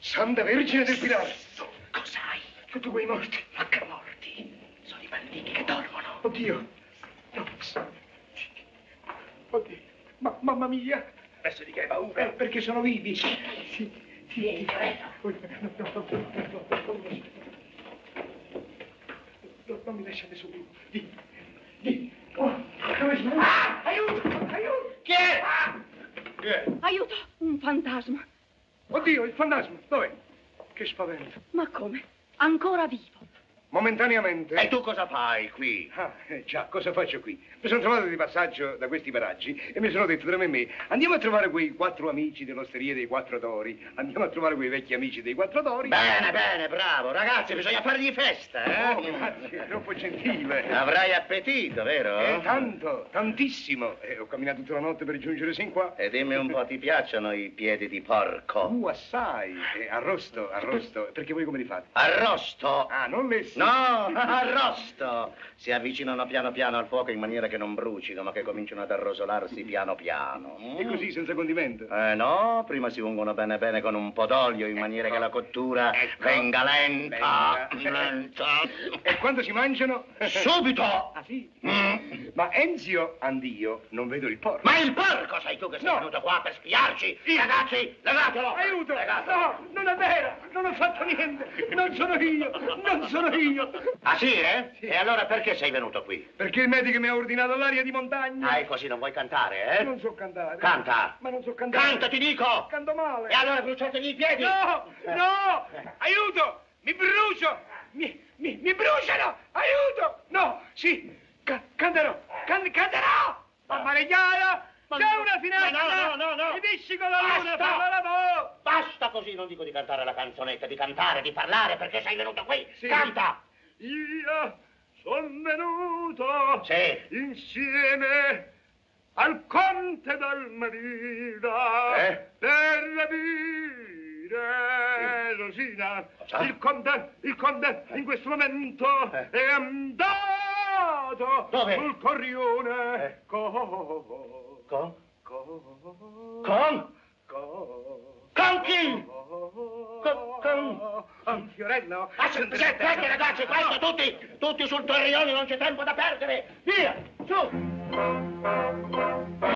Santa Vergine del Pilastro. Cos'hai? Tutti quei morti. Ma che morti? Sono i banditi che dormono. Oddio. No. Oddio. Ma, mamma mia. Adesso di che hai Eh, paura? perché sono vivi. Sì. Vieni, Fioretto. No, no, no, no, no. No, Non mi lasciate solo. Di. Di. Oh, dove sono? Ah, Aiuto! Aiuto! Chi è? Chi è? Aiuto, un fantasma. Oddio, il fantasma. Dov'è? Che spavento. Ma come? Ancora vivo. Momentaneamente. E tu cosa fai qui? Ah, eh, già, cosa faccio qui? Mi sono trovato di passaggio da questi paraggi e mi sono detto tra me e me, andiamo a trovare quei quattro amici dell'osteria dei quattro d'ori, andiamo a trovare quei vecchi amici dei quattro d'ori. Bene, bene, bravo. Ragazzi, bisogna fargli festa, eh? Oh, grazie, troppo gentile. Avrai appetito, vero? Eh, tanto, tantissimo. Eh, ho camminato tutta la notte per giungere sin qua. E dimmi un po', ti piacciono i piedi di porco? Uh, assai. Eh, arrosto, arrosto. Perché voi come li fate? Arrosto! Ah, non lessi. No, arrosto! Si avvicinano piano piano al fuoco in maniera che non brucino, ma che cominciano ad arrosolarsi piano piano. E così, senza condimento. Eh no, prima si ungono bene bene con un po' d'olio in maniera che la cottura Ecco. venga lenta, Venga. lenta. E quando si mangiano? Subito! Ah, sì? Mm. Ma Enzio, andio, non vedo il porco. Ma il porco sei tu che sei No. venuto qua per spiarci! Ragazzi, levatelo! Aiuto! Levatelo! No, non è vero! Non ho fatto niente! Non sono io! Non sono io! Ah sì, eh? E allora perché sei venuto qui? Perché il medico mi ha ordinato l'aria di montagna? Ah, è così, non vuoi cantare, eh? Non so cantare. Canta. Ma non so cantare. Canta, ti dico! Canto male. E allora bruciategli i piedi! No! No! Aiuto! Mi brucio! Mi, mi, mi bruciano! Aiuto! No! Sì! Ca- canterò! Can- canterò! Ma mareggiata! Ma- C'è una finestra! Ma no, no, no, no. Mi pisci con la luna! Basta. Parla la voce! Basta così, non dico di cantare la canzonetta, di cantare, di parlare, perché sei venuto qui! Sì. Canta! Io sono venuto Sì. insieme al conte d'Almerida Eh? per rapire Rosina. Cosa? Il conte, il conte in questo momento Eh. è andato Dove? sul corrione. Eh. Co- Con? co- Con? co- Con chi? co- Co- con- Ah, con Fiorello. Aspetta, ragazzi, questo tutti, tutti sul torrione, non c'è tempo da perdere! Via, su!